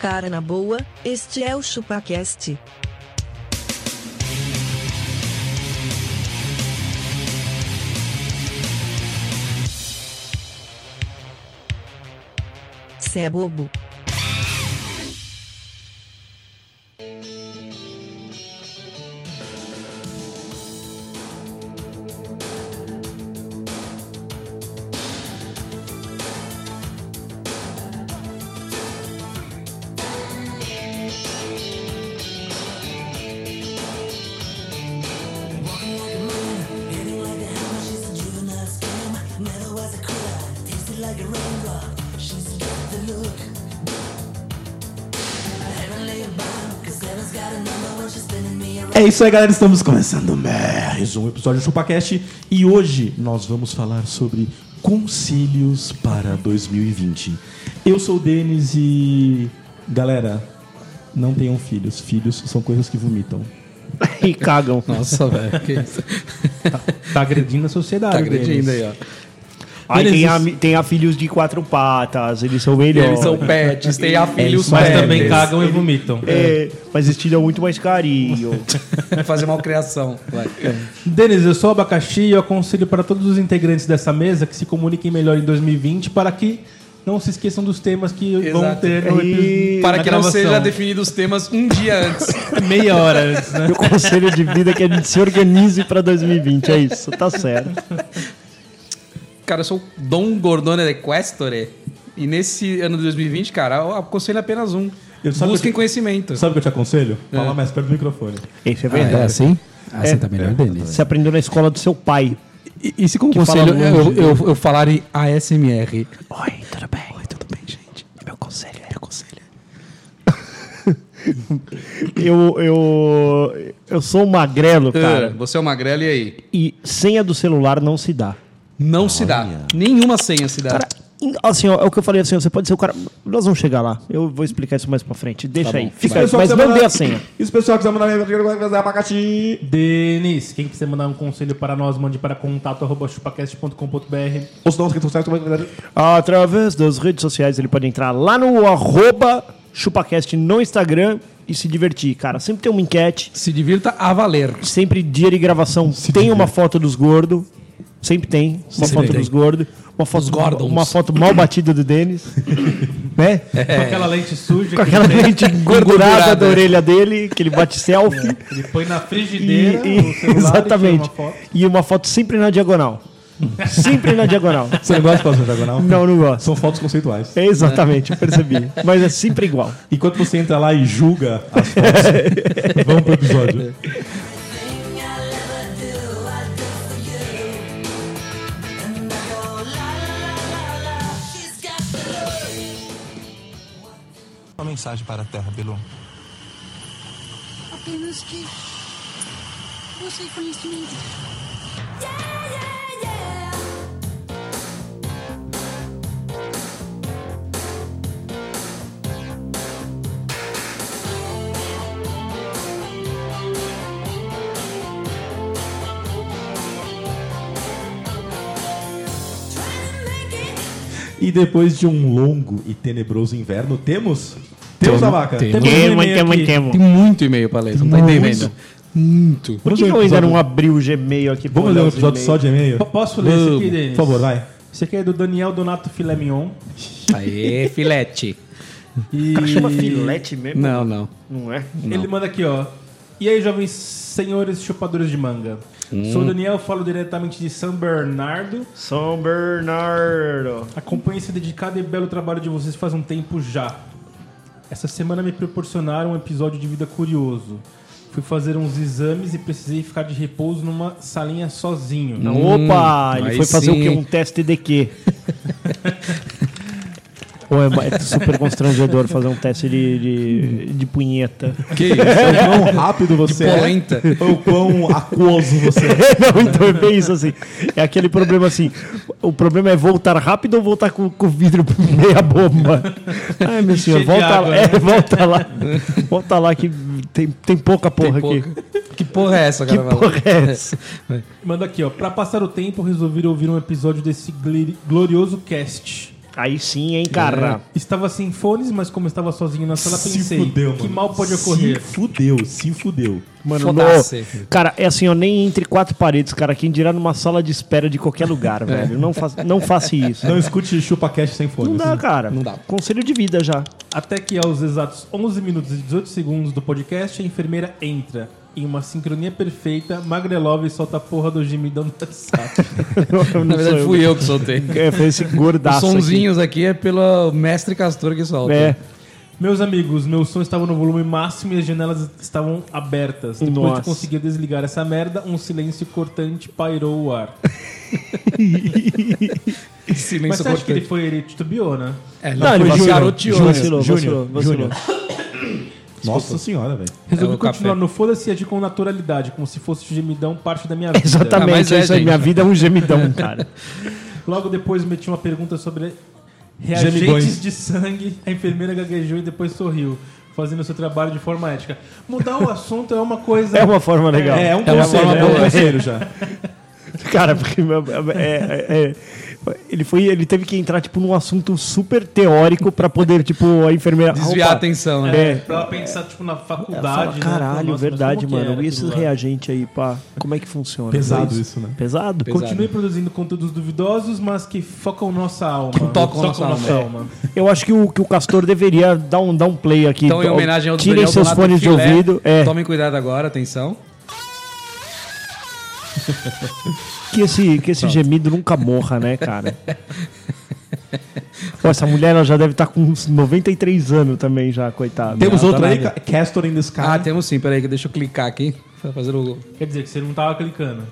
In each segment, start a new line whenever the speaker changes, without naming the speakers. Cara na boa, este é o ChupaCast. Cê é bobo.
É isso aí, galera. Estamos começando mais um episódio do ChupaCast e hoje nós vamos falar sobre concílios para 2020. Eu sou o Denis e. Galera, não tenham filhos. Filhos são coisas que vomitam.
e cagam.
Nossa, velho. Que isso?
Tá agredindo a sociedade.
Tá agredindo aí, ó.
Aí tem
Beleza.
a, mi- tem a filhos de quatro patas, eles são
E
melhores.
Eles são pets, tem a filhos
Mas
pets.
também cagam e vomitam.
É, mas eles tiram muito mais carinho.
Fazer malcriação. Vai.
Denis, eu sou o Abacaxi e eu aconselho para todos os integrantes dessa mesa que se comuniquem melhor em 2020 para que não se esqueçam dos temas que vão
Exato.
ter no episódio.
Para que não seja definido os temas um dia antes.
meia hora antes, né?
Meu conselho de vida é que a gente se organize pra 2020. É isso, tá certo.
Cara, eu sou o Dom Gordone de Questore. E nesse ano de 2020, cara, eu aconselho apenas um.
Eu só-
Busquem conhecimento.
Sabe o que eu te aconselho? Fala mais perto do microfone.
Isso é
Ah, é
verdade.
assim? Ah, Assim tá
É.
É
melhor, Denis.
Você aprendeu na escola do seu pai.
E, e se como
Que fala
conselho eu,
longe.
eu, eu falar em ASMR?
Oi, tudo bem? Oi, tudo bem, gente? Meu conselho, meu conselho.
Eu, eu, eu sou um magrelo,
Cara,
cara.
você é o magrelo e aí?
E senha do celular não se dá.
Não se dá. Nenhuma senha se dá.
Cara, in- assim, ó, é o que eu falei assim, ó, você pode ser o cara. Nós vamos chegar lá. Eu vou explicar isso mais pra frente. Deixa aí. Fica aí. Mas assim. não dê a senha.
E os pessoal que quiser mandar fazer abacaxi. Denis, quem quiser mandar um conselho para nós, mande para contato.chupacast.com.br. Ou se não, quem consegue também.
Através das redes sociais, ele pode entrar lá no arroba chupacast no Instagram e se divertir, cara. Sempre tem uma enquete,
Se divirta a valer.
sempre dia de gravação tem uma foto dos gordos. Sempre tem uma foto
tem.
dos gordos. Uma foto,
Gordons.
uma foto mal batida do Denis. né?
É.
Com aquela lente suja
Com aquela lente engordurada da
Engordurada.
orelha dele, que ele bate selfie.
ele põe na
E-
frigideira
e-
o celular
exatamente.
e tira uma foto.
E uma foto sempre na diagonal. sempre na diagonal.
Você não gosta de fotos na diagonal?
Não, não gosto.
São fotos conceituais.
É Exatamente, eu percebi. Mas é sempre igual.
Enquanto você entra lá e julga as fotos, vamos pro episódio.
Uma mensagem para a Terra, Belo.
apenas que você conhecimento.
E depois de um longo e tenebroso inverno, temos? Temos a vaca.
temos.
um e-mail aqui.
Tem muito e-mail pra ler, você não tá entendendo. Muito.
Por que
Vamos
que
ver
eu
o
ainda
episódio.
não abri um o Gmail aqui? pra
Vamos ler
olhar
um
os
episódio só
e-mails?
de e-mail?
Po- posso ler esse
Vamos.
aqui, Denis?
Por favor, vai. Esse aqui é do Daniel Donato Filé Mignon.
Aê, filete.
E
Cara, chama filete mesmo?
Não, não.
Não é?
ele manda aqui, ó. E aí, jovens senhores chupadores de manga?
Hum.
Sou o Daniel, falo diretamente de São Bernardo.
São Bernardo.
Acompanho esse dedicado e belo trabalho de vocês faz um tempo já. Essa semana me proporcionaram um episódio de vida curioso. Fui fazer uns exames e precisei ficar de repouso numa salinha sozinho.
Opa, ele
Hum, aí
foi fazer o quê?
sim.
Um teste de quê? Ou é, é super constrangedor fazer um teste de, de, de punheta.
Que isso?
O quão rápido você é?
Polenta.
Ou o quão aquoso você é?
não, então é bem isso assim. É aquele problema assim. O problema é voltar rápido ou voltar com, com o vidro meia bomba? Ai, meu
Cheio
senhor,
de
volta
água,
lá.
né?
É, volta lá. Volta lá que tem, tem pouca porra
Tem
aqui.
pouca. Que porra é essa,
Que
cara?
porra é essa?
Manda aqui, ó. Pra passar o tempo, resolvi ouvir um episódio desse glir- glorioso cast.
Aí sim, hein, cara.
É.
Estava sem fones, mas como estava sozinho na sala,
se
pensei
fudeu, mano.
que mal pode
Se
ocorrer.
fudeu, se fudeu.
Mano,
Foda-se.
no- cara, é assim, ó, nem entre quatro paredes, cara. Quem dirá numa sala de espera de qualquer lugar,
É.
velho. Não, fa não faça isso.
Não escute ChupaCast sem fone.
Não dá, cara.
Não dá.
Conselho de vida já.
Até que aos exatos 11 minutos e 18 segundos do podcast, a enfermeira entra. Em uma sincronia perfeita, Magrelov solta a porra do gemidão da sala.
Na verdade, fui eu que soltei.
É, foi esse
Os
gordaço. aqui.
sonzinhos aqui. é pelo mestre Castor que solta.
É.
Meus amigos, meu som estava no volume máximo e as janelas estavam abertas. Depois
Nossa.
de conseguir desligar essa merda, um silêncio cortante pairou o ar. Mas
Silêncio
você acha que ele
cortante.
foi ele titubeou, né?
É,
Não, ele
foi
vacilou,
garoteou, né?
vacilou, vacilou, vacilou.
Nossa senhora, velho.
Resolvi
É o
continuar
café.
no foda-se e agir com naturalidade, como se fosse gemidão parte da minha vida.
Exatamente,
Ah, mas é,
isso aí.
gente.
Minha vida é um gemidão, cara.
Logo depois meti uma pergunta sobre reagentes
Gemidões.
de sangue. A enfermeira gaguejou e depois sorriu, fazendo seu trabalho de forma ética. Mudar o assunto é uma coisa.
É uma forma legal.
É, é um
É uma
conselho,
forma
é um
boa.
conselho já.
Cara, porque meu- é- é- é- ele foi, ele teve que entrar tipo num assunto super teórico pra poder tipo a enfermeira
Desviar a
Opa.
atenção, né?
É.
Pra ela pensar, tipo, na
Ela
faculdade.
fala,
né?
caralho,
Nossa, mas
verdade,
como que
mano.
era
E esses
aquilo lá?
reagentes aí, pá, como é que funciona?
Pesado isso, né?
Pesado?
Continue produzindo conteúdos duvidosos, mas que focam nossa alma.
tocam nossa alma.
Eu acho que o, que o Castor deveria dar um, dar um play aqui.
Então, em
Ó,
homenagem ao
Tirem
Daniel
seus
Donato
fones de
Filé,
ouvido. É,
Tomem cuidado agora, atenção.
que esse, que esse gemido nunca morra, né, cara? Pô, essa mulher ela já deve estar com uns 93 anos também, já, coitada.
Temos
Ela tá
outro
na-
aí, Ca- Castor in the Sky.
Ah, temos sim, peraí, que deixa eu clicar aqui. Pra fazer o.
Quer dizer, que você não tava clicando.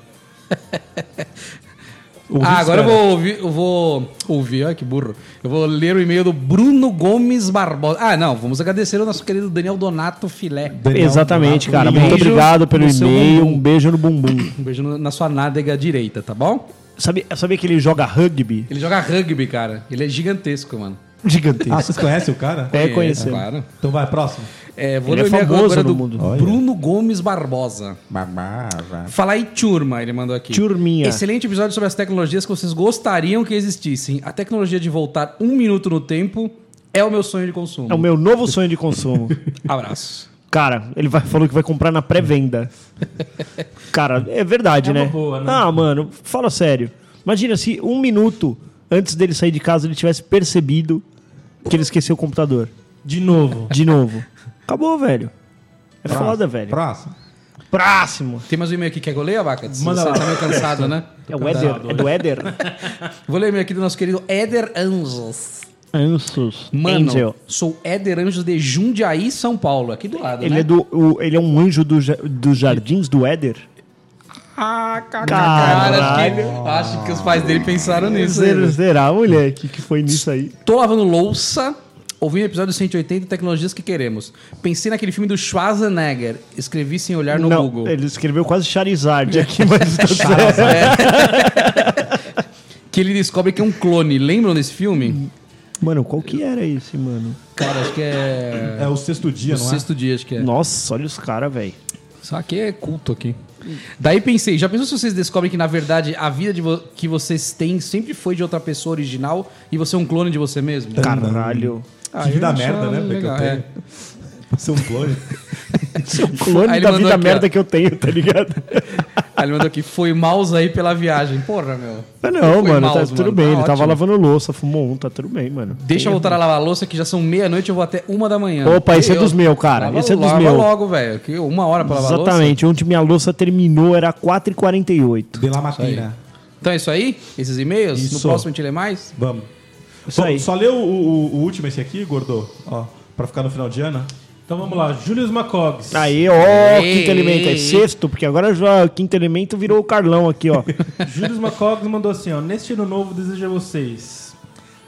ah, agora eu vou ouvir. Eu vou ouvir, olha que burro. Eu vou ler o e-mail do Bruno Gomes Barbosa. Ah, não, vamos agradecer ao nosso querido Daniel Donato Filé.
Daniel
Exatamente,
Donato
cara.
Lima.
Muito
beijo
obrigado pelo
no seu
e-mail.
bumbum.
Um beijo no bumbum.
Um beijo no- na sua nádega direita, tá bom?
Sabe, sabe que ele joga rugby?
Ele joga rugby, cara. Ele é gigantesco, mano. É,
Gigantesco.
Ah, vocês conhecem o cara?
Até conhecer.
Claro.
Então vai, próximo.
É, vou
É Ele é
ler o e-mail
famoso
agora
no
do
mundo.
Olha.
Bruno Gomes Barbosa.
Babava.
Fala aí, turma, ele mandou aqui.
Turminha.
Excelente episódio sobre as tecnologias que vocês gostariam que existissem. A tecnologia de voltar um minuto no tempo é o meu sonho de consumo.
É o meu novo sonho de consumo.
Abraço.
Cara, ele vai, falou que vai comprar na pré-venda. Cara, é verdade,
É
né?
uma boa, né?
Ah, mano, fala sério. Imagina se um minuto antes dele sair de casa ele tivesse percebido que ele esqueceu o computador.
De novo.
De novo. Acabou, velho. É foda, velho.
Próximo.
Próximo.
Tem mais um e-mail aqui que quer que eu leia, Abaca?
Manda
Você
lá.
tá meio cansado, né?
É o Éder. É do Éder.
Vou ler o e-mail aqui do nosso querido Éder Anjos.
Ansos.
Mano,
Angel.
sou Éder Anjos de Jundiaí, São Paulo. Aqui do lado,
Ele
né?
é, do, o- ele é um anjo do ja- dos jardins do Éder?
Ah, cara,
Caralho.
acho que, acho que os pais dele pensaram nisso. né?
Zero, zerar, moleque, que foi nisso aí.
Tô lavando louça, ouvi o episódio 180 Tecnologias que Queremos. Pensei naquele filme do Schwarzenegger, escrevi sem olhar no
Não,
Google.
ele escreveu quase Charizard aqui, mas tá certo.
É. Que ele descobre que é um clone. Lembram desse filme?
Mano, qual que era esse, mano?
Cara, acho que é.
É o sexto dia,
O
não é?
sexto dia, acho que é.
Nossa, olha os caras, velho.
Só que é culto aqui. Daí pensei, já pensou se vocês descobrem que, na verdade, a vida de vo- que vocês têm sempre foi de outra pessoa original e você é um clone de você mesmo?
Caralho.
Ah,
Que
eu
vida
acho
merda, né? velho, que eu
legal,
tenho.
é.
Ser um clone.
Clone
Aí ele
da
mandou
vida
aqui,
merda
ó.
que eu tenho, tá ligado?
Aí ele mandou aqui, foi maus aí pela viagem. Porra, meu.
Mas não,
Foi
mano,
maus,
tá tudo
mano,
bem.
tá
ele tava
ótimo.
lavando louça, fumou um, tá tudo bem, mano.
Deixa eu voltar a lavar a louça que já são meia-noite, eu vou até uma da manhã.
Opa, esse é
Eu-
dos meus, cara.
Lava-
Esse é dos
lava
meus.
logo, velho. que Uma hora pra lavar a louça.
Exatamente, onde minha louça terminou era 4h48.
De La Matina.
Então é isso aí? Esses e-mails? No
Isso.
próximo a gente lê mais?
Vamos.
Isso
Só-
aí.
Só lê o, o- o último esse aqui, Gordo. Ó, pra ficar no final de ano.
Então vamos lá. Július Macogs.
Aí, ó,
Ei,
quinto elemento. É
ei,
sexto, porque agora já o quinto elemento virou o Carlão aqui, ó.
Július Macogs mandou assim, ó. Neste ano novo desejo a vocês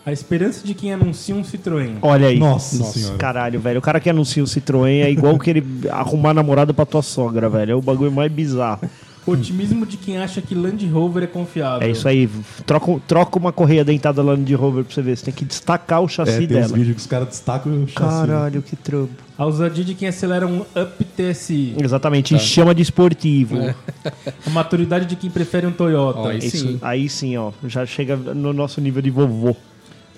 a esperança de quem anuncia um Citroën.
Olha aí.
Nossa, senhora.
Caralho, velho. O cara que anuncia o Citroën é igual que ele arrumar namorada pra tua sogra, velho. É o bagulho mais bizarro.
Otimismo de quem acha que Land Rover é confiável.
É isso aí. Troca, troca uma correia dentada lá no de Rover pra você ver. Você tem que destacar o
É, tem
chassi
uns
dela.
vídeos que os caras destacam o chassi. né?
que trampo.
A ousadia de quem acelera um Up TSI.
Exatamente.
Tá.
E chama de esportivo.
A maturidade de quem prefere um Toyota.
Ó, isso.
Isso, aí sim, ó. Já chega no nosso nível de vovô.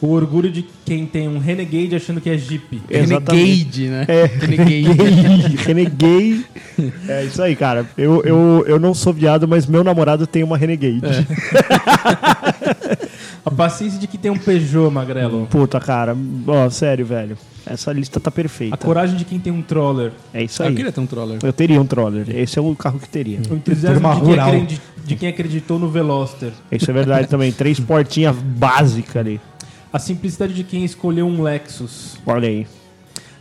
O orgulho de quem tem um Renegade achando que é Jeep.
Renegade, né?
É,
Renegade.
Renegade. Renegade. É isso aí, cara. Eu, eu, eu não sou viado, mas meu namorado tem uma Renegade.
A paciência de que tem um Peugeot, magrelo.
Puta, cara. Ó, sério, velho. Essa lista tá perfeita.
A coragem de quem tem um Troller.
É isso
Eu
aí.
queria ter um troller.
Eu teria um Troller. Esse é o carro que teria.
O entusiasmo
Turma
de quem,
rural.
acredi- de quem acreditou no Veloster.
Isso é verdade também. Três portinhas básicas ali.
A simplicidade de quem escolheu um Lexus.
Olha aí.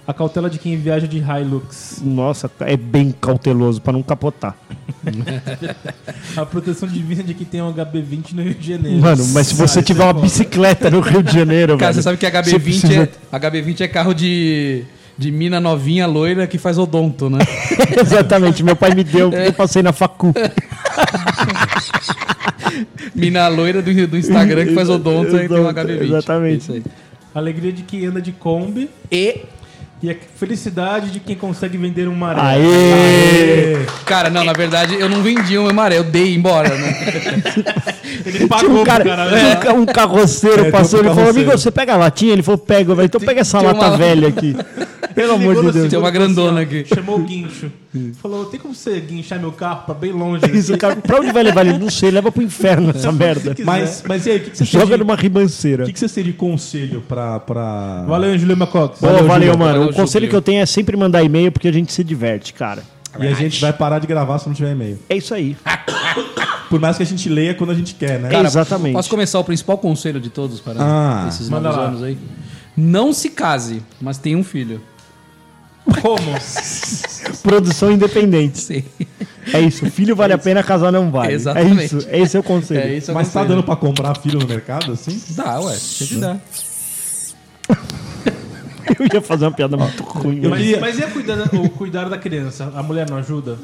A cautela de quem viaja de Hilux.
Nossa, é bem cauteloso pra não capotar.
A proteção divina de quem tem um HB20 no Rio de Janeiro.
Mano, mas se você tiver uma bicicleta no Rio de Janeiro,
Cara,
velho.
você sabe que HB20
precisa-
é, HB20 é carro de, de mina novinha loira que faz odonto, né?
Exatamente, meu pai me deu,
É.
eu passei na facu.
mina loira do, do Instagram que faz odonto e tem um HB20.
Exatamente.
Isso aí.
A alegria de quem anda de Kombi.
E,
E a felicidade de quem consegue vender um maré.
Aê!
cara, não, na verdade eu não vendi uma maré, eu dei embora, né?
Ele
Tinha
pagou
um,
pro né?
cara, tinha
é.
um ca- um carroceiro passou, ele falou, amigo, você pega a latinha? Ele falou, pega, eu falei, então pega essa
tem
lata
uma-
velha aqui. Pelo
Ele
amor
ligou
de
no
Deus.
Tem
seguro
uma
e falou
grandona
assim, ó,
aqui.
Chamou o guincho. Falou, tem como você guinchar meu carro pra bem longe?
Isso, o cara, pra onde vai levar ele? Não sei, leva pro inferno essa merda.
Mas, mas e aí, o que, que você
Joga
seria-
numa ribanceira.
o que, que você seria de conselho pra. pra...
Valeu, Juliana Cox.
Pô, valeu, mano.
Valeu,
o conselho
Júlio.
que eu tenho é sempre mandar e-mail porque a gente se diverte, cara.
E a gente vai parar de gravar se não tiver e-mail.
É isso aí.
Ah, Por mais que a gente leia quando a gente quer, né?
Exatamente.
Posso começar o principal conselho de todos para
Ah,
esses
manda
novos
lá.
anos aí? Não se case, mas tenha um filho.
Como?
Produção independente.
Sim.
É isso. Filho vale a pena, casar não vale. É
Exatamente.
isso. Esse é o conselho.
É isso é o
Mas tá
conselho.
dando pra comprar filho no mercado, assim?
Dá, ué, sempre dá.
Eu ia fazer uma piada muito ruim. mas-
Mas, mas e a cuidar, da- o cuidar da criança? A mulher não ajuda?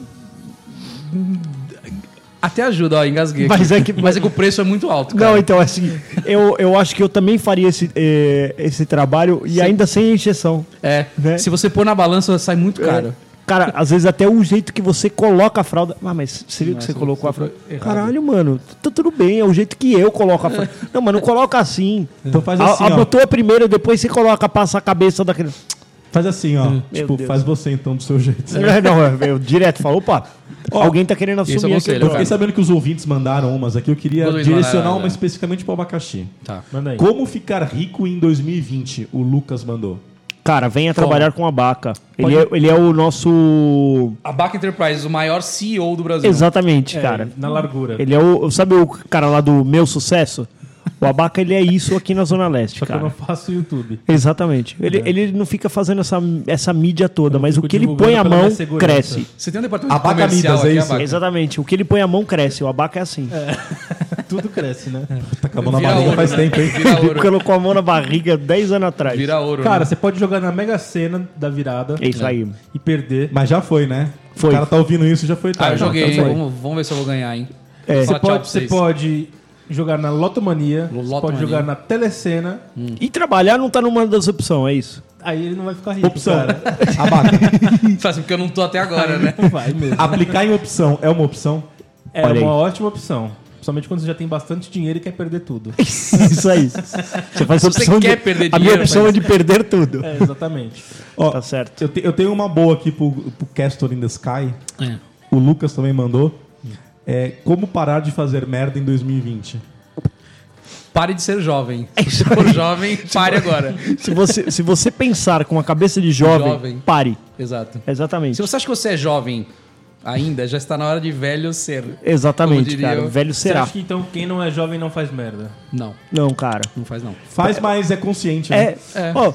Até ajuda, ó, engasguei.
Mas
aqui.
é que-
mas é que o preço é muito alto. Cara.
Não, então, assim, eu, eu acho que eu também faria esse, eh, esse trabalho e ainda sem injeção.
É,
Né?
se você pôr na balança, sai muito caro.
Cara, às vezes até o jeito que você coloca a fralda. Ah, mas você viu que você colocou a fralda? Caralho, mano, tá tudo bem, é o jeito que eu coloco a fralda. Não, mas não coloca assim.
Então faz
A-
assim, ó.
Botou a primeira, depois você coloca, passa a cabeça da criança.
Faz assim, ó.
Hum.
Meu
tipo,
Deus.
faz você então do seu jeito.
Não, não, eu direto falo, opa, alguém tá querendo
esse é o
assumir aqui.
conselho.
Eu fiquei
cara.
sabendo que os ouvintes mandaram umas aqui. Eu queria
Os ouvintes
direcionar
mandaram,
uma
né?
especificamente pro abacaxi.
Tá.
Manda aí.
Como ficar rico em 2020? O Lucas mandou.
Cara, venha trabalhar com a Baca. Ele é, ele é o nosso.
A Baca Enterprises, o maior CEO do Brasil.
Exatamente,
É,
cara.
Na largura.
Ele é o. Sabe o cara lá do Meu Sucesso? O Abaca, ele é isso aqui na Zona Leste,
Só que eu não
cara.
faço YouTube.
Exatamente. Ele, ele não fica fazendo essa, essa mídia toda, mas o
fico
que ele
divulgando
põe a
pela
mão
minha segurança.
cresce.
Você tem um departamento
Abaca
comercial
Midas, é
aqui,
isso?
Abaca.
Exatamente. O que ele põe a mão cresce. O Abaca é assim.
Tudo cresce, né?
É.
Tá acabando a
Vira
barriga
ouro,
faz
né?
tempo, hein?
Vira
Ele
ouro.
colocou a mão na barriga 10 anos atrás.
Vira ouro.
Cara,
né?
você pode jogar na Mega Sena da virada
É isso aí.
e perder.
Mas já foi, né?
Foi.
O cara tá ouvindo isso, já foi
Ah, eu
tarde.
joguei,
Tá
hein?
bom.
Vamos, vamos ver se eu vou ganhar, hein?
É.
Fala
Você
tchau
pode,
pra
você
vocês.
pode jogar na Lotomania, você pode
Lotomania.
jogar na Telecena,
E trabalhar não tá numa das opções, é isso.
aí ele não vai ficar rico,
Opção.
cara.
Abaca,
Só assim, porque eu não tô até agora, né?
Não vai mesmo.
aplicar em opção é uma opção?
É
Olha aí.
uma ótima opção. Principalmente quando você já tem bastante dinheiro e quer perder tudo.
isso aí. Você faz
Se você
opção de,
quer perder
A minha
dinheiro,
opção
faz
é de perder tudo.
É, exatamente.
Ó,
Tá certo.
eu, te- eu tenho uma boa aqui pro, pro Castor in the Sky.
É.
O Lucas também mandou. É, como parar de fazer merda em 2020?
Pare de ser jovem.
É
Se for jovem, pare agora.
Se você, se você pensar com a cabeça de jovem,
Jovem.
pare.
Exato.
Exatamente.
Se você acha que você é jovem ainda, já está na hora de velho ser. Como
Exatamente,
diria
cara.
eu.
Velho
Você
será.
acha que então quem não é jovem não faz merda?
Não,
Não, cara.
não faz não.
Faz, mas é consciente. né?
É. ó,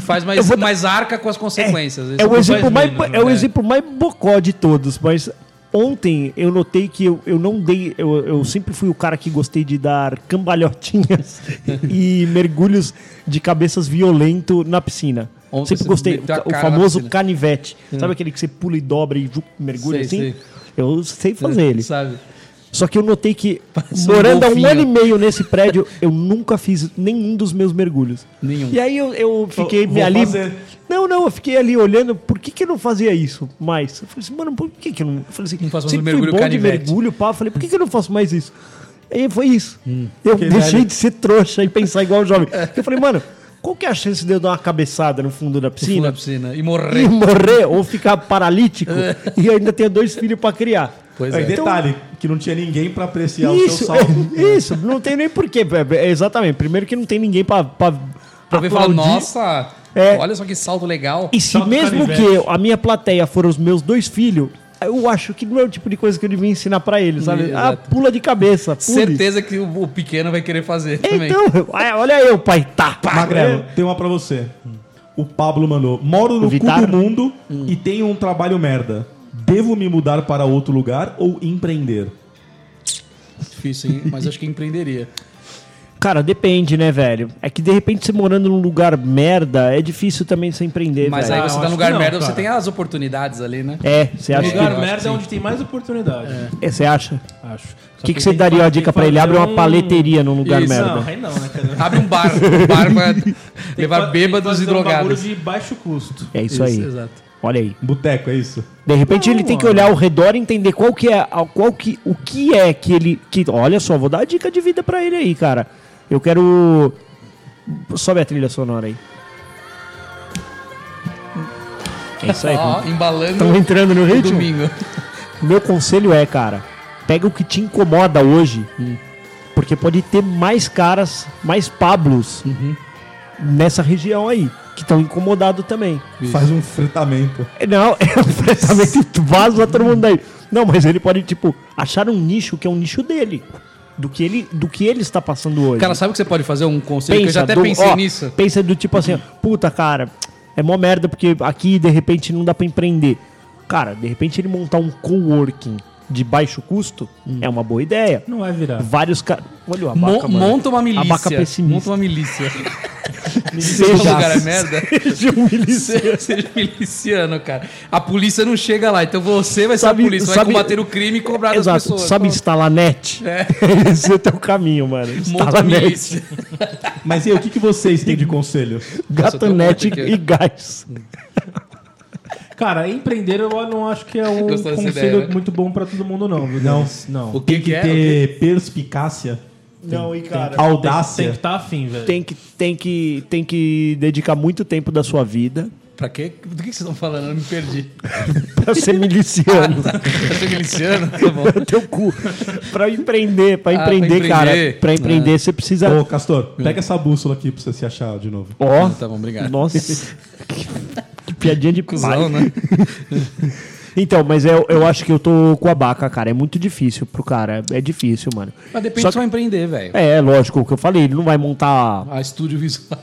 Faz, mas,
Eu vou dar-
mas arca com as consequências.
é o
Isso-
exemplo
faz
mais,
menos,
é o
né?
exemplo mais bocó de todos, mas ontem eu notei que eu, eu não dei. Eu, eu sempre fui o cara que gostei de dar cambalhotinhas e mergulhos de cabeças violento na piscina.
Ontem
sempre
você
gostei. O,
meteu a
o
cara na
famoso
piscina.
canivete. Sabe aquele que você pula e dobra e ju- mergulha
Sei,
assim?
sei.
Eu sei fazer ele.
Sabe?
Só que eu notei que,
Parece um
morando há um
golfinho.
ano e meio nesse prédio, eu nunca fiz nenhum dos meus mergulhos.
Nenhum.
E aí eu, eu fiquei
Vou
ali.
fazer.
Não, não, eu fiquei ali olhando, por que, que eu não fazia isso mais? Eu falei assim, mano, por que, que eu não. Eu falei assim,
Não faço mais
sempre
um
fui
mergulho
bom de
canivete.
mergulho, pá. Eu falei, por que, que eu não faço mais isso? E foi isso.
Hum.
Eu
Que
deixei
velho.
de ser trouxa e pensar igual o jovem.
É.
Eu falei, mano, qual que é a chance de eu dar uma cabeçada no fundo da
Fui
piscina
na piscina e
e
morrer.
morrer ou ficar paralítico e ainda ter dois filhos pra criar?
É. Pois
Aí,
é.
detalhe, que não tinha ninguém pra apreciar o seu
Então,
né?
Isso, é.
salto.
isso, não tem nem porquê. é, é, Exatamente. Primeiro que não tem ninguém pra. pra
Pra ver e falar,
aplaudir.
nossa,
É.
olha só que salto legal.
E se
Salto
mesmo
canivete.
que a minha plateia for os meus dois filhos, eu acho que não é o tipo de coisa que eu devia ensinar pra eles, sabe? Ah,
Exato.
pula de cabeça, pule.
Certeza que o, o pequeno vai querer fazer também.
Então, ah, olha eu, pai, tá. pá.
Magrelo, tem uma pra você. O Pablo mandou. Moro no cu
Vittar?
do mundo
Hum.
e tenho um trabalho merda. Devo me mudar para outro lugar ou empreender?
Difícil, hein? Mas acho que empreenderia.
Cara, depende, né, velho? É que de repente você morando num lugar merda, é difícil também você empreender,
Mas aí
velho.
Ah,
você tá
eu acho
num lugar
que não,
merda,
cara.
você tem as oportunidades ali, né?
É, você
O
acha?
lugar
eu acho
merda
que
é onde tem mais oportunidade.
que- é, você acha?
Acho. Só
O que, que você
tem
daria
fa-
a
tem
dica
que
pra ele?
fazer
Abre uma
um-
paleteria num lugar
Isso,
merda.
Não, aí não, né, cara? Tem
Abre um bar, um bar pra
que
levar
fa- tem que
bêbados
fazer
e
Um bagulho
drogados.
de baixo custo.
É isso, aí.
Exato.
Olha aí.
Boteco, é isso?
De repente ele tem que olhar ao redor e entender qual que é, a- qual que, o que é que ele, que, olha só, vou dar a dica de vida pra ele aí, cara. Eu quero sobe a trilha sonora aí. É isso aí.
Ó, embalando
Estão entrando no
no
ritmo.
domingo.
Meu conselho é, cara, pega o que te incomoda hoje, porque pode ter mais caras, mais Pablos nessa região aí que estão incomodados também.
Faz um fritamento.
Não, é um enfrentamento vaza todo mundo daí. Não, mas ele pode, tipo, achar um nicho que é um nicho dele. Do que ele, do que ele está passando hoje.
Cara, sabe o que você pode fazer? Um conselho que eu já até
do-
pensei
ó,
nisso.
Pensa do tipo assim, ó, puta, cara, é mó merda porque aqui de repente não dá pra empreender. Cara, de repente ele montar um coworking de baixo custo é uma boa ideia.
Não vai virar.
Vários caras. Olha o
Hum. Mon-
abaca, mano.
monta uma milícia.
Abaca pessimista.
monta uma milícia.
Seja-
Esse lugar é merda.
Seja um miliciano.
Você- Seja miliciano, cara. A polícia não chega lá, então você vai ser a polícia, vai combater o crime e cobrar das
Exato.
pessoas.
Sabe
Então,
instalar net?
É.
Esse é o teu caminho, mano.
monta
Instala
uma
net.
milícia.
Mas e aí, o que, que vocês têm de conselho?
Nossa, eu tô
Gatonete
muito
e gás.
Cara, empreender eu não acho que é um
Gostou dessa
conselho
ideia, né?
muito bom pra todo mundo, não. viu, Denis? Não.
O que
Tem que
que é?
ter perspicácia,
Não, e cara.
audácia.
Tem que estar afim, velho.
Tem que, tem, que, tem que dedicar muito tempo da sua vida
Pra quê? Do que que vocês estão falando? Eu me perdi.
pra ser miliciano.
Pra ser miliciano? Tá bom.
Pra teu cu. Pra empreender, pra
Ah, pra
empreender, cara.
empreender.
Pra empreender, você
Ô,
precisa.
Castor,
Hum.
pega essa bússola aqui pra você se achar de novo.
Ó.
Tá bom, obrigado.
Nossa. que- Que piadinha de pai.
Cusão, né?
Então, mas eu, eu acho que eu tô com a baca, cara. É muito difícil pro cara. É difícil, mano.
Mas depende
Só
só vai empreender, velho.
É, lógico, o que eu falei, ele não vai montar
A Ah, estúdio visual.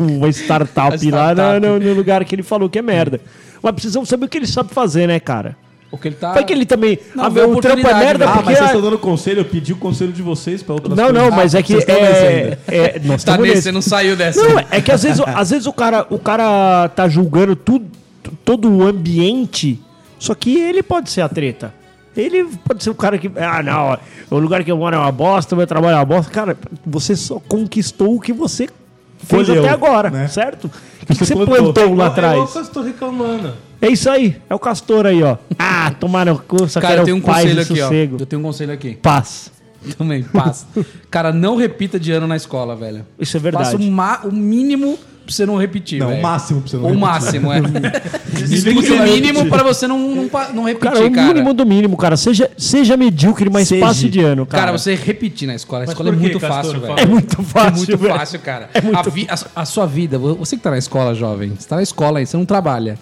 uma startup,
A startup.
lá no, no lugar que ele falou que é merda. Mas precisamos saber o que ele sabe fazer, né, cara?
O que ele tá.
Vai que ele também.
Não,
ah,
vê
meu, o trampo é
oportunidade,
merda
velho.
Ah,
porque.
mas vocês
Ah,
estão dando conselho, eu pedi o conselho de vocês pra outras
Não, não,
coisas.
mas é que.
vocês estão nesse
É,
ainda.
é, nós
Tá
tamo
nesse,
nesse.
você não saiu dessa.
Não, é que às vezes, às vezes o, cara, o cara tá julgando tudo, todo o ambiente, só que ele pode ser a treta. Ele pode ser o cara que. Ah, não, ó, o lugar que eu moro é uma bosta, o meu trabalho é uma bosta. Cara, você só conquistou o que você fez
Colheu,
até agora,
né?
certo? O que, que você
plantou.
plantou, lá
é
Eu- Eu
atrás?
louco, eu tô reclamando.
É isso aí, é o castor aí, ó. Ah, tomaram curso,
Cara, eu tenho um
paz
conselho
e
aqui, ó.
sossego.
Eu tenho um conselho aqui.
Paz.
Também, passa. Cara, não repita de ano na escola, velho.
Isso é verdade.
Faça o, ma- o mínimo pra você não repetir.
Não,
velho.
o máximo pra você não
Ou O
repetir.
máximo, é. Estude
Ninguém
o
vai
mínimo
repetir.
pra você não, não, pa- não repetir,
Cara,
cara.
o mínimo do mínimo, cara. Seja, seja medíocre, mas
Seja.
passe de ano, cara.
Cara, você repetir na escola. A
Mas
escola é
por que,
muito
Castor?
fácil,
Fala.
velho.
É muito
É
fácil,
muito
velho.
fácil, cara.
É muito
a, vi- a su- a sua vida, vo- você que tá na escola, jovem, você tá na escola aí, você não trabalha.